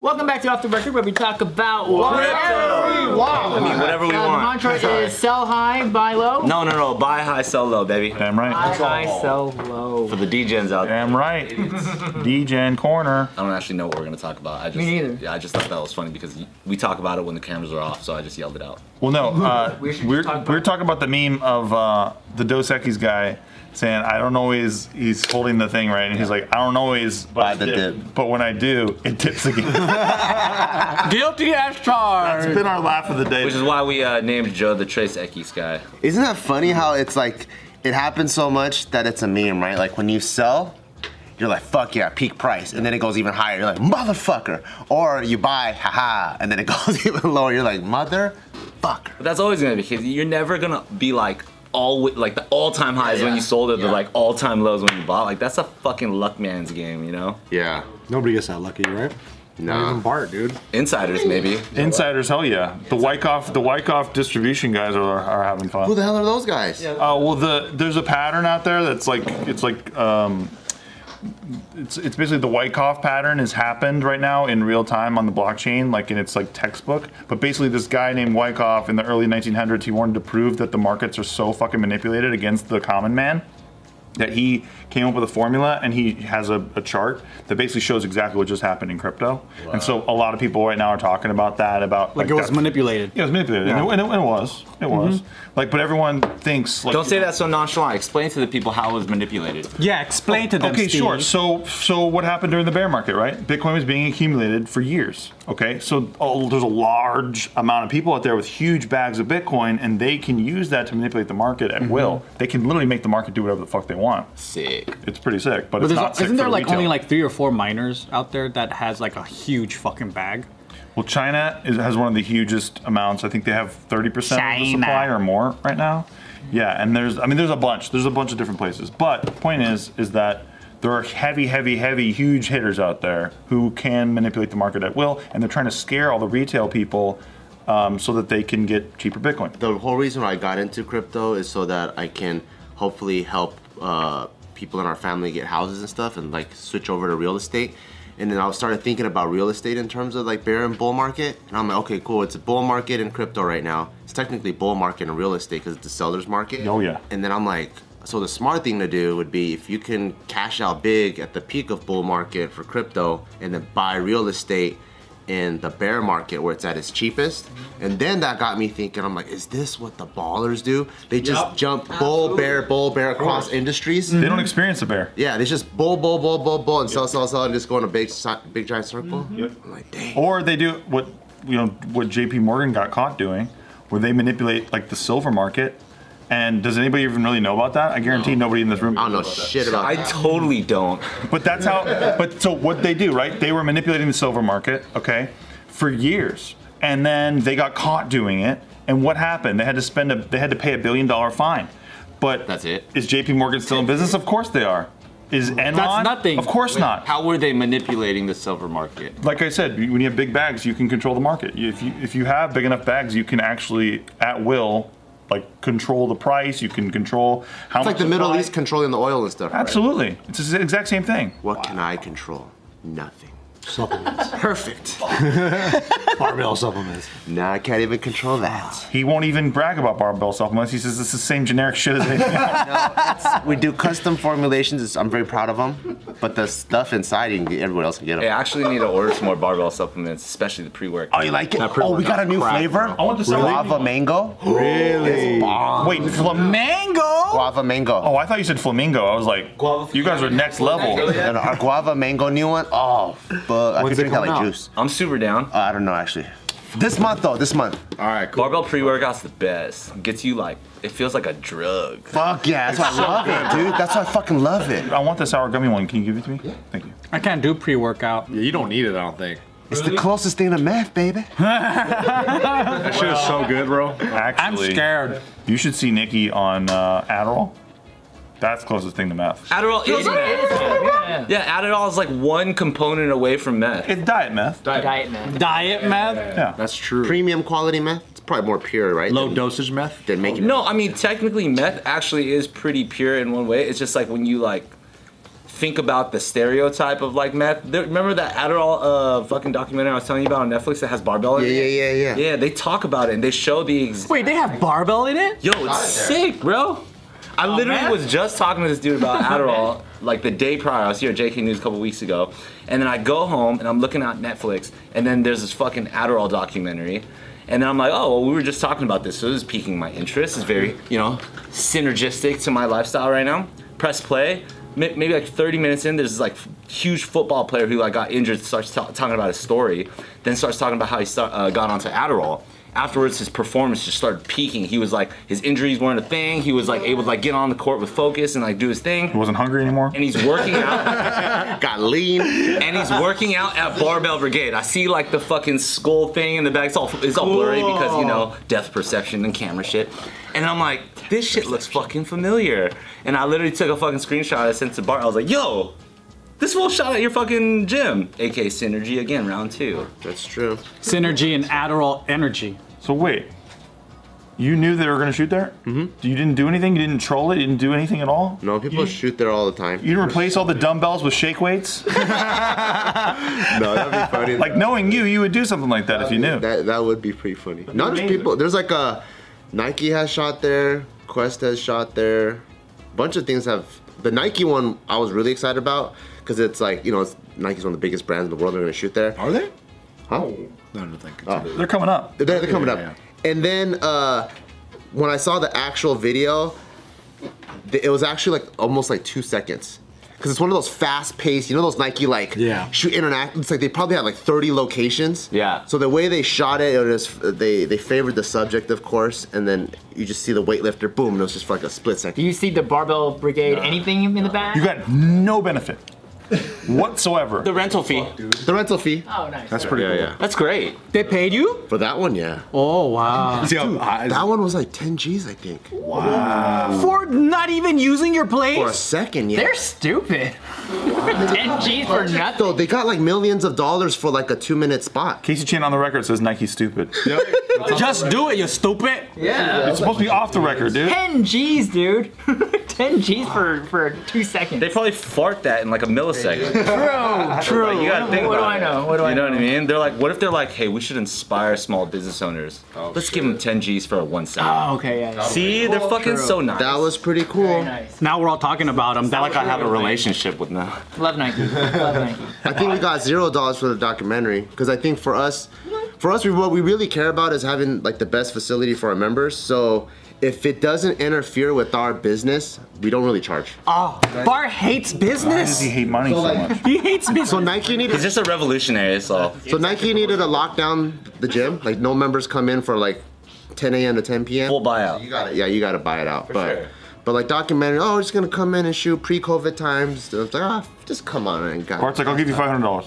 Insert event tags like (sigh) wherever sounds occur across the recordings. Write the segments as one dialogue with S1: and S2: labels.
S1: welcome back to Off the Record, where we talk about whatever we want.
S2: I mean, whatever we
S1: Uh, the
S2: want.
S1: mantra is sell high, buy low.
S2: No, no, no. Buy high, sell low, baby.
S3: Damn
S1: Buy
S3: right.
S1: high, sell low.
S2: For the DJs out there.
S3: Damn
S1: (laughs)
S3: right. DJN Corner.
S4: I don't actually know what we're gonna talk about. I just,
S1: Me neither.
S4: Yeah, I just thought that was funny because y- we talk about it when the cameras are off, so I just yelled it out.
S3: Well, no, uh,
S1: We
S3: we
S1: should just
S3: are
S1: talk about-
S3: we're talking about the meme of uh, the Dos Equis guy saying, "I don't always." He's holding the thing right, and he's like, "I don't always buy
S5: the dip.
S3: but when I do, it dips
S1: (laughs)
S3: again." Guilty as charged. That's been our laugh of the day.
S4: Which is why we uh, named Joe the Trace Eckes guy.
S5: Isn't that funny how it's like it happens so much that it's a meme, right? Like when you sell, you're like, fuck yeah, peak price. And then it goes even higher. You're like, motherfucker. Or you buy, haha, and then it (laughs) goes even lower. You're like, motherfucker.
S4: But that's always gonna be because you're never gonna be like all like the all-time highs when
S5: yeah.
S4: you sold it, the
S5: Yeah.
S4: like all-time lows when you bought. Like that's a fucking luck man's game, you know?
S5: Yeah.
S6: Nobody gets that lucky, right? Not even
S5: No.
S6: Bart, dude.
S4: Insiders (laughs) maybe.
S3: Insiders, hell yeah. The Wyckoff, the Wyckoff distribution guys are, are having fun.
S5: Who the hell are those guys?
S3: Uh, well, the there's a pattern out there that's like it's like um, it's it's basically the Wyckoff pattern has happened right now in real time on the blockchain, like in its like textbook. But basically, this guy named Wyckoff in the early 1900s, he wanted to prove that the markets are so fucking manipulated against the common man that he came up with a formula and he has a, a chart that basically shows exactly what just happened in crypto. And so a lot of people right now are talking about that about
S6: Like it was
S3: that-
S6: manipulated.
S3: yeah, it was manipulated, and, it, and it- it was, it was.
S6: Mm-hmm.
S3: Like, but everyone thinks like.
S4: Don't say that so nonchalant. Explain to the people how it was manipulated.
S6: Yeah, explain to them.
S3: Okay,
S6: Steve.
S3: sure. So, so what happened during the bear market, right? Bitcoin was being accumulated for years. Okay, so oh, there's a large amount of people out there with huge bags of Bitcoin, and they can use that to manipulate the market
S6: Mm-hmm.
S3: at will. They can literally make the market do whatever the fuck they want.
S4: Sick.
S3: It's pretty sick, but,
S6: But
S3: it's
S6: there's,
S3: not. sick
S6: isn't
S3: for
S6: there
S3: the
S6: like
S3: retail.
S6: only like three or four miners out there that has like a huge fucking bag?
S3: Well, China is, has one of the hugest amounts. I think they have 30% of the
S1: China.
S3: supply or more right now. Yeah, and there's I mean there's a bunch. There's a bunch of different places. But the point is is that there are heavy, heavy, heavy, huge hitters out there who can manipulate the market at will, and they're trying to scare all the retail people um, so that they can get cheaper Bitcoin.
S5: The whole reason why I got into crypto is so that I can hopefully help uh, people in our family get houses and stuff and like switch over to real estate. And then I started thinking about real estate in terms of like bear and bull market. And I'm like, okay, cool. It's a bull market in crypto right now. It's technically bull market in real estate because it's a seller's market.
S3: Oh, yeah.
S5: And then I'm like, so the smart thing to do would be if you can cash out big at the peak of bull market for crypto and then buy real estate in the bear market where it's at its cheapest. And then that got me thinking, I'm like, is this what the ballers do? They just jump bull, bear, bull, bear across industries.
S3: They don't experience a bear.
S5: Yeah, they just bull, bull, bull, bull, bull, and sell, sell, sell, and just go in a big, si- big giant circle.
S3: Mm-hmm.
S5: I'm like, dang.
S3: Or they do what you know what JP Morgan got caught doing, where they manipulate like the silver market. And does anybody even really know about that? I guarantee nobody in this room.
S5: I don't know shit about
S4: I
S5: that.
S4: totally don't.
S3: But that's how. But so what they do, right? They were manipulating the silver market, okay, for years, and then they got caught doing it. And what happened? They had to spend. A, they had to pay a billion dollar fine. But
S4: That's it?
S3: Is J.P. Morgan still in business? Of course they are. Is Enron?
S6: nothing.
S3: Of course not.
S4: How were they manipulating the silver market?
S3: like I said, when you have big bags, you can control the market. If you if you have big enough bags, you can actually at will, like control the price. You can control how
S5: It's
S3: much
S5: like the Middle
S3: supply.
S5: East controlling the oil and stuff. right?
S3: Absolutely, it's the exact same thing.
S5: What can I control? Nothing.
S6: Supplements.
S5: (laughs)
S6: (laughs)
S5: Perfect.
S6: Barbell supplements.
S5: Nah, I can't even control that.
S3: He won't even brag about barbell supplements. He says it's the same generic shit as anything else.
S5: We do custom formulations. It's- I'm very proud of them. But the stuff inside, you can get, everyone else can get them.
S4: Hey, I actually need to order some more barbell supplements, especially the pre-work.
S5: Oh, you like it?
S6: That pretty
S5: Oh, we
S6: workout
S5: got a new
S6: crap,
S5: flavor.
S3: I want the
S5: Guava mango.
S6: Really?
S3: Wait, flamingo?
S5: Guava mango.
S3: Oh, I thought you said flamingo. I was like, you guys are next level.
S5: And our guava mango new one. Oh, but I
S6: When's
S5: could
S6: it
S5: drink that
S6: coming
S5: like
S6: out?
S5: juice.
S4: I'm super down.
S5: Uh, I don't know actually. This month though. This month.
S6: All right, cool.
S4: Barbell pre-workout's the best. Gets you like, it feels like a drug.
S5: Fuck yeah, that's why I love it, dude. That's why I fucking love it.
S3: I want the sour gummy one. Can you give it to me? Thank you.
S6: I can't do pre-workout.
S7: Yeah, you don't need it, I don't think.
S5: It's the closest thing to meth, baby.
S7: That shit is so good, bro.
S6: I'm
S3: Actually,
S6: scared.
S3: you should see Nikki on uh, Adderall. That's closest thing to meth.
S4: Adderall is meth.
S1: Yeah.
S4: Yeah, Adderall is like one component away from meth.
S3: It's diet meth.
S1: Diet man.
S6: Diet meth.
S7: That's true.
S5: Premium quality meth. It's probably more pure, right?
S7: Low
S5: than,
S7: dosage meth.
S5: Than making.
S4: No, I mean technically meth actually is pretty pure in one way. It's just like when you like think about the stereotype of like meth. There, remember that Adderall uh, fucking documentary I was telling you about on Netflix that has barbell in
S5: Yeah,
S4: it?
S5: yeah, yeah, yeah.
S4: Yeah, they talk about it and they show the ex-
S6: Wait, they have barbell in it?
S4: Yo, it's sick, bro. I literally
S1: man.
S4: was just talking to this dude about Adderall like the day prior. I was here at JK News a couple weeks ago. And then I go home and I'm looking at Netflix and then there's this fucking Adderall documentary. And then I'm like, oh, well, we were just talking about this. So this is piquing my interest. It's very, you know, synergistic to my lifestyle right now. Press play. May- Maybe like 30 minutes in, there's this like f- huge football player who like got injured starts ta- talking about his story, then starts talking about how he start, uh, got onto Adderall afterwards his performance just started peaking. He was like his injuries weren't a thing. He was like able to like get on the court with focus and like do his thing.
S3: wasn't hungry anymore.
S4: And he's working out
S5: (laughs) Got lean.
S4: and he's working out at Barbell Brigade. I see like the fucking skull thing in the back. It's all it's all blurry because you know, depth perception and camera shit. And I'm like, this shit looks fucking familiar. And I literally took a fucking screenshot I sent to Bart. I was like, yo, this will shot at your fucking gym. AK Synergy again, round two.
S5: That's true.
S6: Synergy and Adderall energy.
S3: So wait, you knew they were gonna shoot there? Mm-hmm. You didn't do anything. You didn't troll it. You didn't do anything at all.
S5: No, people
S3: You-
S5: shoot there all the time.
S3: You didn't replace all the dumbbells with shake
S7: (laughs)
S3: weights. (laughs)
S5: no, that'd be funny.
S3: like knowing you, you would do something like that if you knew.
S5: That that would be pretty funny. No, there's
S3: amazing.
S5: people. There's like a Nike has shot there. Quest has shot there. Bunch of things have. The Nike one I was really excited about because it's like you know it's, Nike's one of the biggest brands in the world. They're gonna shoot there.
S7: Are they?
S5: Huh?
S3: Oh.
S7: No, no, thank you.
S5: Oh.
S3: They're coming up.
S5: They're, they're coming
S7: Yeah,
S5: up.
S7: yeah.
S5: And then uh, when I saw the actual video, th- it was actually like almost like two seconds. Cause it's one of those fast-paced, you know, those Nike like
S7: Yeah.
S5: shoot interact. It's like they probably had like 30 locations.
S4: Yeah.
S5: So the way they shot it, it was they they favored the subject, of course, and then you just see the weightlifter, boom, and it was just for like a split
S1: Do
S5: second.
S1: you see the barbell brigade? Anything in the back?
S3: You got no benefit whatsoever.
S4: The rental fee.
S5: The rental fee.
S1: oh, nice.
S7: That's pretty
S5: Yeah,
S7: cool.
S5: yeah.
S4: That's great.
S6: They paid you?
S5: For that one, yeah.
S6: Oh wow.
S7: See how high-
S5: That one was like 10 G's, I think.
S6: For not even using your
S5: For a
S6: place?
S5: second, yeah.
S1: They're stupid. 10 G's for nothing.
S5: so they got like millions of dollars for like a two-minute spot.
S3: Casey Chan on the record says Nike's stupid.
S6: Just do it, you stupid.
S1: Yeah.
S3: It's supposed to be off the record, dude.
S1: 10 G's, dude. (laughs) 10 G's for, for two seconds.
S4: They probably fart that in like a millisecond.
S1: True, true.
S4: Like, you gotta think
S1: what do
S4: about
S1: I
S4: it.
S1: know? What do I
S4: You know
S1: know?
S4: what I mean? They're like, what if they're like, hey, we should inspire small business owners.
S5: Oh,
S4: Let's give them 10 G's for one second.
S1: Oh, okay, yeah. yeah.
S4: See, they're fucking so nice.
S5: That was pretty cool.
S1: Very nice.
S6: Now we're all talking about them. That
S4: like I have a relationship with them.
S1: Love Nike. Love Nike.
S5: I think we got zero dollars for the documentary because I think for us, for us, we, what we really care about is having like the best facility for our members. So if it doesn't interfere with our business, we don't really charge.
S6: (laughs) Oh, Bar hates
S3: Why does
S6: business.
S3: he hate money so
S5: like-
S3: much?
S6: He hates business.
S5: So Nike needed,
S4: He's just a revolutionary, so.
S5: so Nike needed to lock down the gym. Like no members come in for like 10 a.m. to 10 p.m.
S4: Full buyout.
S5: You got it. Yeah, you got to buy it out. but but like documentary, oh, we're just gonna come in and shoot pre-COVID times. It's like ah, just come on and got.
S3: Bart's like, I'll give you five hundred dollars.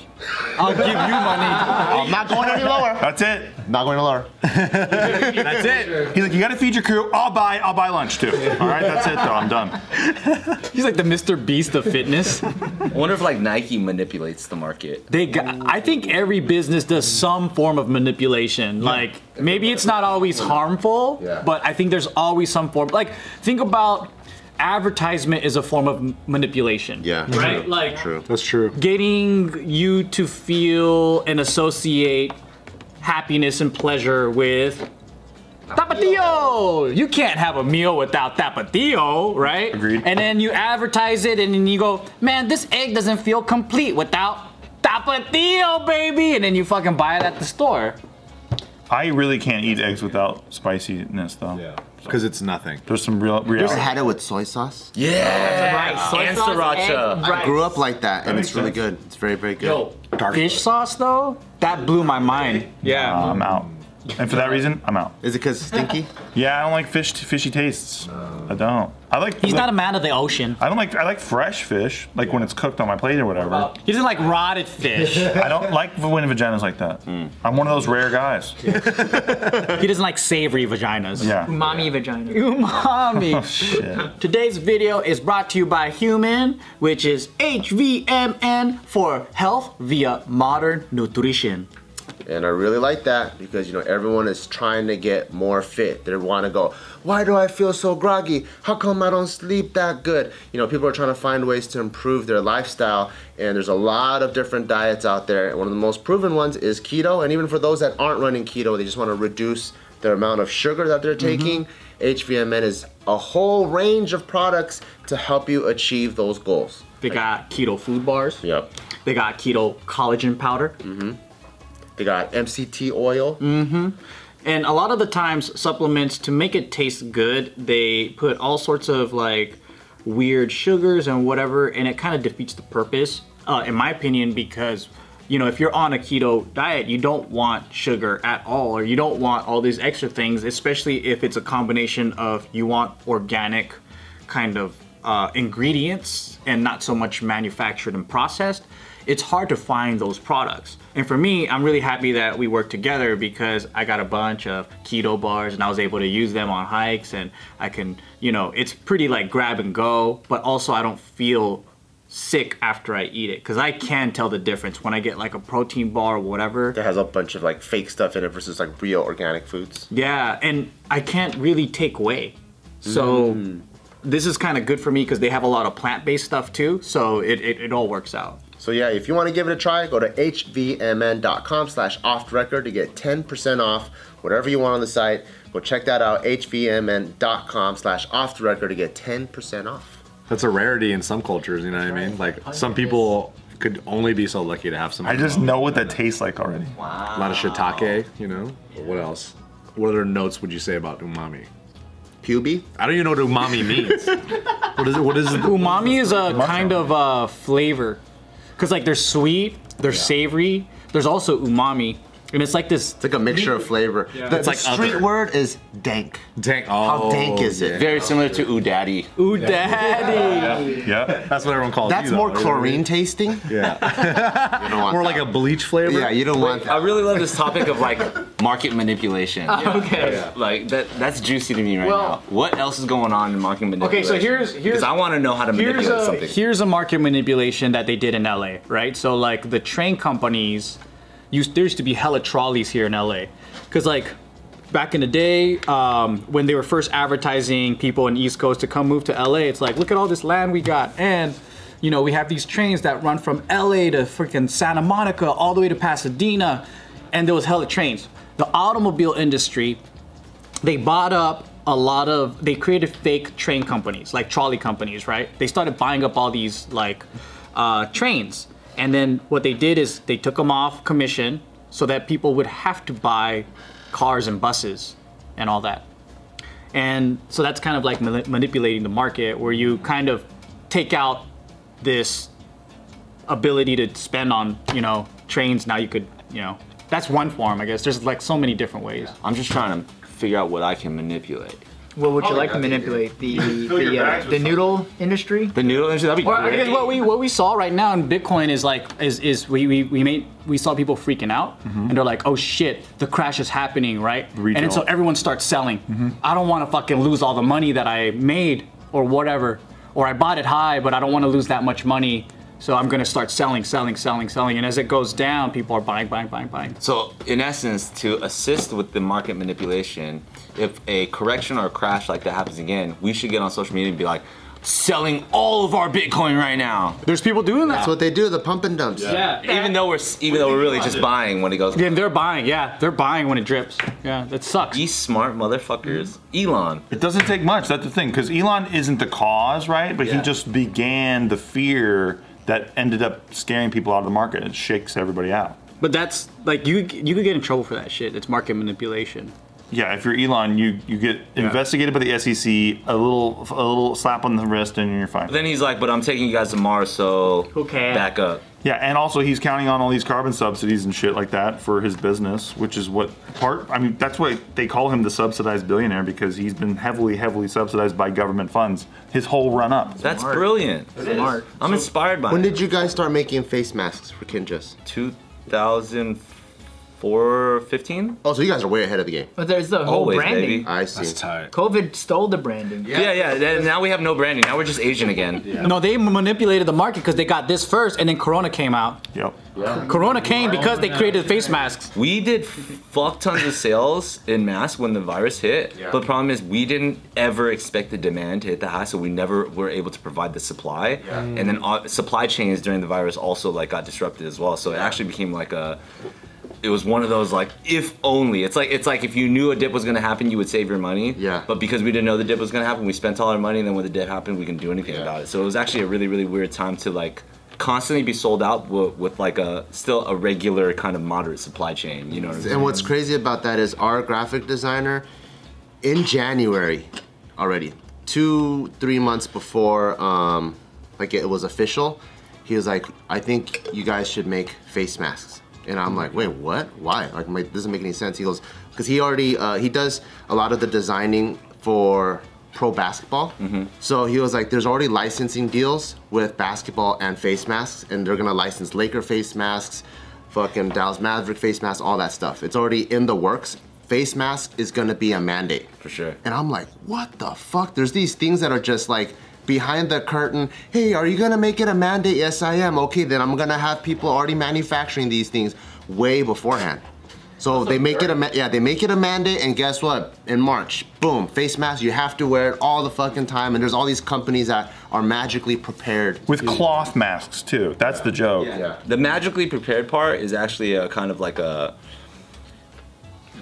S6: I'll give you money.
S1: (laughs)
S5: I'm not going any lower.
S3: That's it.
S5: Not going any lower.
S3: That's it. He's like, you gotta feed your crew. I'll buy. I'll buy lunch too. All right, that's it though. I'm done.
S6: He's like the Mr. Beast of fitness.
S4: I wonder if like Nike manipulates the market.
S6: They got, I think every business does some form of manipulation. Like maybe it's not always harmful,
S5: Yeah.
S6: but I think there's always some form. Like think about advertisement is a form of m- manipulation.
S5: Yeah.
S6: Right? Like
S5: True.
S7: That's true.
S6: getting you to feel and associate happiness and pleasure with Tapatio! You can't have a meal without Tapatio, right?
S3: Agreed.
S6: And then you advertise it and then you go, man, this egg doesn't feel complete without Tapatio, baby! And then you fucking buy it at the store.
S3: I really can't eat eggs without spiciness though.
S7: Because it's nothing.
S3: There's some real
S5: I
S3: reality.
S5: had it with soy sauce.
S4: Yeah!
S1: Rice, soy
S4: And
S1: sauce,
S4: sriracha.
S1: egg, rice.
S5: grew up like that, and
S3: makes
S5: it's really
S3: sense.
S5: good. It's very, very good.
S4: Yo,
S6: Fish sauce, though? That blew my mind. Yeah.
S3: I'm out. And for that reason, I'm out.
S5: Is it because it's stinky?
S3: Yeah, I don't like fish fishy tastes. I don't. I like.
S6: He's
S3: like,
S6: not a man of the ocean.
S3: I don't like. I like fresh fish, like when it's cooked on my plate or whatever.
S6: He doesn't like rotted fish.
S3: I don't like when vaginas like that. I'm one of those rare guys.
S6: he doesn't like savory vaginas.
S3: Yeah.
S1: Mommy vagina.
S6: Umami.
S3: Shit.
S6: Today's video is brought to you by Human, which is HVMN for health via modern nutrition.
S5: And I really like that because you know everyone is trying to get more fit. They want to go. Why do I feel so groggy? How come I don't sleep that good? You know, people are trying to find ways to improve their lifestyle, and there's a lot of different diets out there. And one of the most proven ones is keto. And even for those that aren't running keto, they just want to reduce the amount of sugar that they're taking. HVMN is a whole range of products to help you achieve those goals.
S6: They got keto food bars.
S5: Yep.
S6: They got keto collagen powder.
S5: They got MCT oil.
S6: And a lot of the times, supplements to make it taste good, they put all sorts of like weird sugars and whatever, and it kind of defeats the purpose, uh, in my opinion, because you know if you're on a keto diet, you don't want sugar at all, or you don't want all these extra things, especially if it's a combination of you want organic kind of uh, ingredients and not so much manufactured and processed, it's hard to find those products. And for me, I'm really happy that we work together because I got a bunch of keto bars and I was able to use them on hikes and I can, you know, it's pretty like grab and go, but also I don't feel sick after I eat it because I can tell the difference when I get like a protein bar or whatever.
S5: that has a bunch of like fake stuff in it versus like real organic foods.
S6: Yeah, and I can't really take away. So this is kind of good for me because they have a lot of plant based stuff too. So it, it, it all works out.
S5: So yeah, if you want to give it a try, go to hvmn.com slash off record to get 10% off whatever you want on the site. Go check that out, hvmn.com slash off record to get 10% off.
S7: That's a rarity in some cultures, you know what I mean? Like some people could only be so lucky to have some.
S3: I just know what that tastes like already.
S7: A lot of shiitake, you know? What else? What other notes would you say about umami?
S5: Pubi?
S7: I don't even know
S5: (laughs)
S7: what umami means. what is it? What is it?
S6: Umami is a kind of uh, flavor because like they're sweet, they're savory. There's also umami, and it's like this.
S5: It's like a mixture of flavor. The,
S7: It's
S5: the
S7: like
S5: street
S7: other.
S5: word is dank.
S7: Dang. Oh,
S5: How dank is it?
S2: Very similar to Udaddy.
S6: Ooh, daddy!
S3: Yeah.
S7: That's what everyone calls
S5: That's
S7: you, though,
S5: more
S7: you know what I
S5: chlorine
S7: mean?
S5: tasting.
S7: Yeah.
S5: You don't want
S7: more
S5: that.
S7: like a uh, bleach flavor.
S5: Yeah, you don't want
S2: I
S5: that.
S2: really love this topic of like market
S1: (laughs)
S2: manipulation.
S6: Okay.
S2: Like that that's juicy to me right
S6: Well-
S2: now. What else is going on in market
S6: Okay,
S2: manipulation?
S6: so here's here's
S2: because I want to know how to manipulate
S6: here's a
S2: something.
S6: here's a market manipulation that they did in LA, right? So like the train companies used there used to be hella trolleys here in LA, because like back in the day um, when they were first advertising people in East Coast to come move to LA, it's like look at all this land we got and. You know, we have these trains that run from LA to freaking Santa Monica all the way to Pasadena, and there was hella trains. The automobile industry they bought up a lot of they created fake train companies like trolley companies right they started buying up all these like uh, trains and then what they did is they took them off commission so that people would have to buy cars and buses and all that and so that's kind of like mani- manipulating the market where you kind of take out this ability to spend on you know trains now you could you know that's one form i guess there's like so many different ways
S2: I'm just trying to figure out what I can manipulate.
S8: What would you like to
S5: yeah,
S8: manipulate? The
S3: Fill your
S8: the,
S3: bags
S8: uh,
S3: with
S8: the
S3: something.
S8: noodle industry?
S2: The noodle industry, that'd be
S6: Or I
S2: great.
S6: guess what we what we saw right now in Bitcoin is like is is we we, we made we saw people freaking out and they're like, oh shit, the crash is happening, right? And then so
S3: Retail.
S6: everyone starts selling. I don't want to fucking lose all the money that I made or whatever, or I bought it high, but I don't want to lose that much money. So I'm gonna start selling, selling, selling, selling, and as it goes down, people are buying, buying, buying, buying.
S2: So, in essence, to assist with the market manipulation, if a correction or a crash like that happens again, we should get on social media and be like, selling all of our Bitcoin right now.
S6: There's people doing that.
S5: That's what they do, the pump and dumps.
S6: yeah.
S2: Even though we're s- even though we're really just buying when it goes.
S6: And they're buying, yeah, they're buying when it drips. Yeah, that sucks.
S2: These smart motherfuckers, Elon.
S3: It doesn't take much. That's the thing, because Elon isn't the cause, right? But
S2: Yeah.
S3: he just began the fear that ended up scaring people out of the market. It shakes everybody out.
S6: But that's like you you could get in trouble for that shit. It's market manipulation.
S3: Yeah, if you're Elon, you you get investigated by the SEC, a little a little slap on the wrist, and you're fine.
S2: Then he's like, but I'm taking you guys to Mars, so
S6: Who cares?
S2: back up.
S3: Yeah, and also he's counting on all these carbon subsidies and shit like that for his business, which is what part. I mean, that's why they call him the subsidized billionaire because he's been heavily, heavily subsidized by government funds his whole run up.
S2: That's brilliant.
S8: Smart.
S2: I'm inspired by
S5: When
S2: it.
S5: did you guys start making face masks for Kinjas?
S2: 2005.
S4: four fifteen.
S5: Oh, so you guys are way ahead of the game.
S1: But there's the whole
S4: Always,
S1: Oh, branding.
S4: baby.
S5: I see.
S7: tight.
S1: COVID stole the branding.
S4: Yeah, yeah. then now we have no branding. Now we're just Asian again.
S6: No, they manipulated the market because they got this first, and then Corona came out.
S3: Yep.
S6: Corona came because they created face masks.
S4: We did fuck tons of sales in mass when the virus hit. But the problem is we didn't ever expect the demand to hit that high, so we never were able to provide the supply. And then uh, supply chains during the virus also like got disrupted as well. So it actually became like a. It was one of those like if only. It's like it's like if you knew a dip was gonna happen, you would save your money.
S5: Yeah.
S4: But because we didn't know the dip was gonna happen, we spent all our money, and then when the dip happened, we couldn't do anything about it. So it was actually a really really weird time to like constantly be sold out with, with like a still a regular kind of moderate supply chain. You know what I'm saying?
S5: And what's crazy about that is our graphic designer in January already, two, three months before um, like it was official, he was like, I think you guys should make face masks. And I'm like, wait, what? Why? Like, my, doesn't make any sense. He goes, because he already, uh, he does a lot of the designing for pro basketball. So he was like, there's already licensing deals with basketball and face masks, and they're gonna license Laker face masks, fucking Dallas Maverick face masks, all that stuff. It's already in the works. Face mask is gonna be a mandate.
S4: For sure.
S5: And I'm like, what the fuck? There's these things that are just like behind the curtain. Hey, are you gonna make it a mandate? Yes, I am. Okay, then I'm gonna have people already manufacturing these things way beforehand. So they make it a ma- yeah they make it a mandate and guess what in March boom face mask you have to wear it all the fucking time and there's all these companies that are magically prepared
S3: With cloth masks too. That's the joke.
S4: The magically prepared part is actually a kind of like a.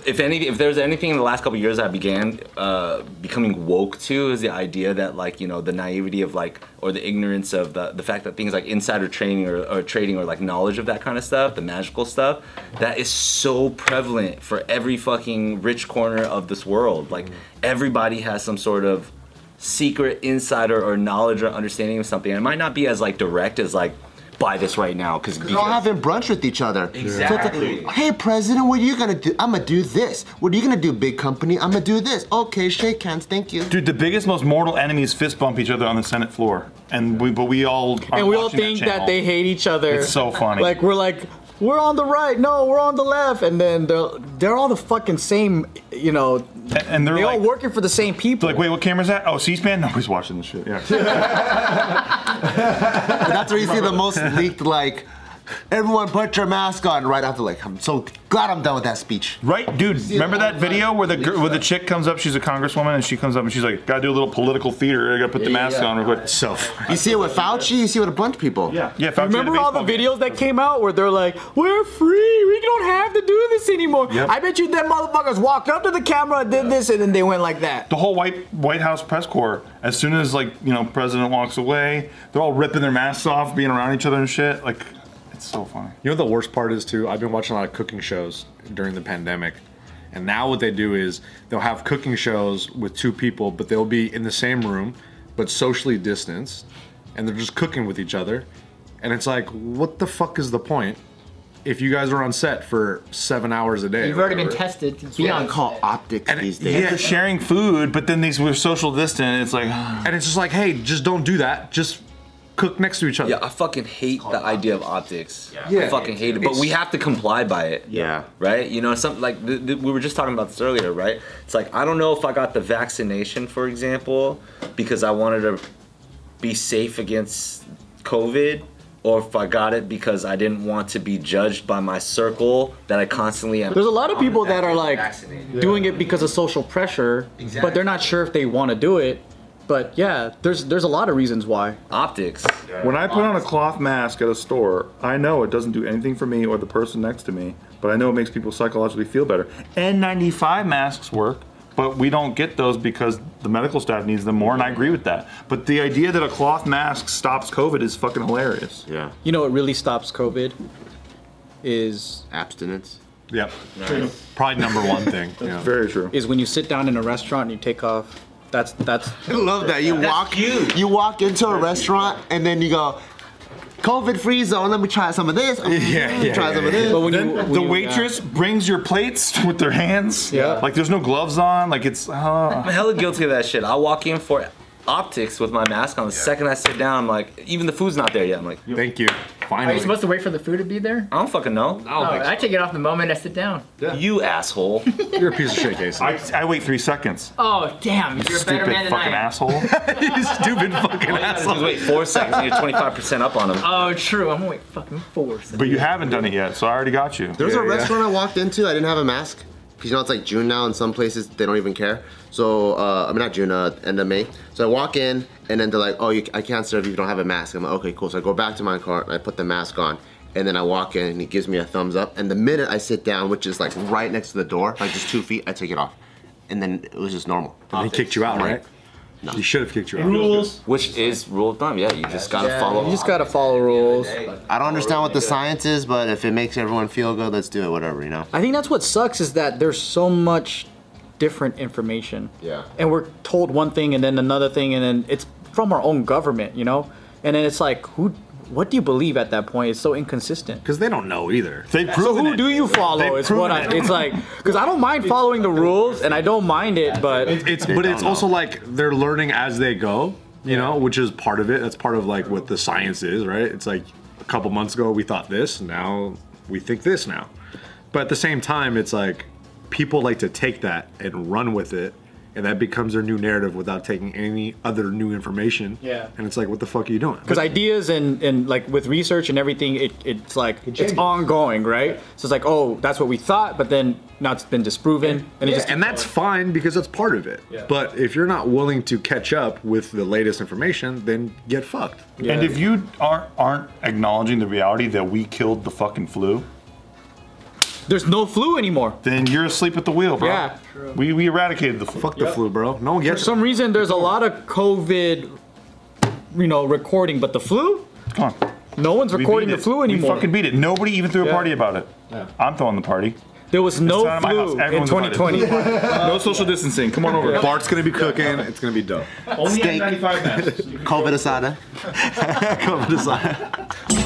S4: If any, if there's anything in the last couple of years I began uh, becoming woke to is the idea that like you know the naivety of like or the ignorance of the the fact that things like insider training or, or trading or like knowledge of that kind of stuff, the magical stuff, that is so prevalent for every fucking rich corner of this world. Like everybody has some sort of secret insider or knowledge or understanding of something. And it might not be as like direct as like buy this right now because
S5: They're all having brunch with each other.
S4: Exactly.
S5: So it's like, hey, president, what are you gonna do? I'm gonna do this. What are you gonna do, big company? I'm gonna do this. Okay, shake hands. Thank you.
S3: Dude, the biggest, most mortal enemies fist bump each other on the Senate floor, and we but we all are
S6: And we all
S3: watching
S6: think
S3: channel.
S6: that they hate each other.
S3: It's so funny.
S6: Like we're like, we're on the right, no, we're on the left, and then they're they're all the fucking same, you know.
S3: and, and they're
S6: They all
S3: like,
S6: working for the same people.
S3: like, wait, what camera's that? Oh, C-SPAN. No, he's watching this shit. Yeah.
S5: That's where you see the (laughs) most leaked, like, everyone put your mask on right after, like, I'm so glad I'm done with that speech.
S3: right, dude. Remember that video where the gir- where the chick comes up? She's a congresswoman, and she comes up and she's like, "Gotta do a little political theater. I gotta put the mask on real quick."
S7: So
S5: You see it with Fauci, you see it with a bunch of people.
S3: Yeah. Yeah. Fauci had a
S6: Remember all the
S3: baseball game.
S6: videos that came out where they're like, "We're free. We don't have to do this anymore."
S3: Yep.
S6: I bet you them motherfuckers walked up to the camera, did this, and then they went like that.
S3: the whole White White House press corps, as soon as like you know president walks away, they're all ripping their masks off, being around each other and shit. Like, it's so funny.
S7: You know what the worst part is too? I've been watching a lot of cooking shows during the pandemic. And now what they do is they'll have cooking shows with two people, but they'll be in the same room, but socially distanced, and they're just cooking with each other. And it's like, what the fuck is the point if you guys are on set for seven hours a day?
S1: You've
S7: or
S1: already been
S7: whatever?
S1: tested. to be
S5: You
S1: on
S5: don't call optics
S7: And-
S5: these days.
S3: Yeah, they're sharing food, but then these we're social distant. It's like ah,
S7: And it's just like, hey, just don't do that. Just cook next to each other.
S4: Yeah, I fucking hate the idea of optics. I
S7: Yeah.
S4: fucking hate it, but we have to comply by it.
S5: Yeah.
S4: Right? You know, something like th- th- we were just talking about this earlier, right? It's like I don't know if I got the vaccination, for example, because I wanted to be safe against COVID, or if I got it because I didn't want to be judged by my circle that I constantly am.
S6: There's a lot of people that are like
S4: Vaccinated.
S6: doing it because of social pressure, but they're not sure if they want to do it. But yeah, there's there's a lot of reasons why.
S4: optics.
S3: when I put on a cloth mask at a store, I know it doesn't do anything for me or the person next to me, but I know it makes people psychologically feel better. N95 masks work. But we don't get those because the medical staff needs them more, and I agree with that. But the idea that a cloth mask stops COVID is fucking hilarious.
S5: Yeah.
S6: You know what really stops COVID is
S5: Abstinence.
S7: Yep. Probably number one thing. yeah.
S3: Very true.
S6: is when you sit down in a restaurant and you take off. That's that's
S5: I love that. You walk you. you walk into a restaurant and then you go, COVID free zone, let me try some of this.
S7: Yeah, yeah,
S5: try
S7: yeah,
S5: some
S7: yeah.
S5: of this.
S6: but when
S3: Then
S6: you when
S3: the
S6: you-
S3: waitress brings your plates (laughs) with their hands.
S6: Yeah.
S3: Like there's no gloves on. Like it's. Uh,
S4: I'm hella guilty of that shit. I walk in for optics with my mask on. The second I sit down, I'm like, even the food's not there yet. I'm like,
S7: Thank you.
S1: Are
S7: Finally.
S1: you supposed to wait for the food to be there?
S4: I don't fucking know.
S1: Oh, I take it off the moment I sit down.
S4: You asshole.
S7: You're a piece of shit, Casey.
S3: I, I wait three seconds.
S1: Oh, damn, you're a better
S3: Stupid
S1: man
S3: fucking
S1: than I am.
S3: asshole.
S7: you stupid fucking asshole.
S4: Wait four seconds. You're 25% up on him.
S1: Oh, true. I'm gonna wait fucking four. seconds.
S3: but you haven't done it yet, so I already got you.
S5: There was
S7: Yeah,
S5: a
S7: yeah.
S5: restaurant I walked into. I didn't have a mask. Because you know it's like June now, and some places they don't even care. So uh, I mean not June, uh, end of May. So I walk in, and then they're like, "Oh, you, I can't serve you if you don't have a mask." I'm like, "Okay, cool." So I go back to my car, and I put the mask on, and then I walk in, and he gives me a thumbs up. And the minute I sit down, which is like right next to the door, like just two feet, I take it off, and then it was just normal.
S7: He kicked you out, right? He should have kicked you out.
S3: Rules.
S9: Which is rule of thumb. Yeah, you just gotta follow.
S6: You just gotta follow rules.
S5: I don't understand what the science is, but if it makes everyone feel good, let's do it. Whatever, you know.
S6: I think that's what sucks is that there's so much different information.
S5: Yeah.
S6: And we're told one thing and then another thing and then it's from our own government, you know? And then it's like who what do you believe at that point? It's so inconsistent.
S7: Because they don't know either.
S3: They've
S6: So
S3: proven
S6: who
S3: it.
S6: do you follow?
S3: They've
S6: It's what I
S3: proven it.
S6: it's like cuz I don't mind following the rules and I don't mind it, but
S7: It's but it's also like they're learning as they go, you know, which is part of it. That's part of like what the science is, right? It's like a couple months ago we thought this, now we think this now. But at the same time, it's like people like to take that and run with it. And that becomes their new narrative without taking any other new information.
S6: Yeah.
S7: And it's like, what the fuck are you doing?
S6: because ideas and, and like with research and everything it, it's like it's ongoing right so it's like oh that's what we thought but then now it's been disproven and it
S7: Yeah,
S6: just
S7: and that's fine because that's part of it. But if you're not willing to catch up with the latest information, then get fucked.
S3: And if you aren't aren't acknowledging the reality that we killed the fucking flu,
S6: there's no flu anymore
S3: then you're asleep at the wheel, bro.
S6: Yeah.
S3: We, we eradicated the flu.
S7: Fuck the flu, bro. No one
S6: for
S7: gets it.
S6: some reason there's a lot of covid you know recording but the flu
S3: Come on.
S6: no one's
S3: We
S6: recording
S3: beat
S6: the
S3: it.
S6: flu
S3: We
S6: anymore
S3: fucking beat it. Nobody even threw a
S6: Yeah.
S3: party about it. I'm throwing the party.
S6: there was no
S3: not in my house.
S6: flu in
S3: Everyone's
S6: 2020
S3: (laughs)
S10: No social distancing. Come on over.
S7: Bart's gonna be cooking. It's gonna be dope.
S5: Steak, COVID asada.
S7: Come to side.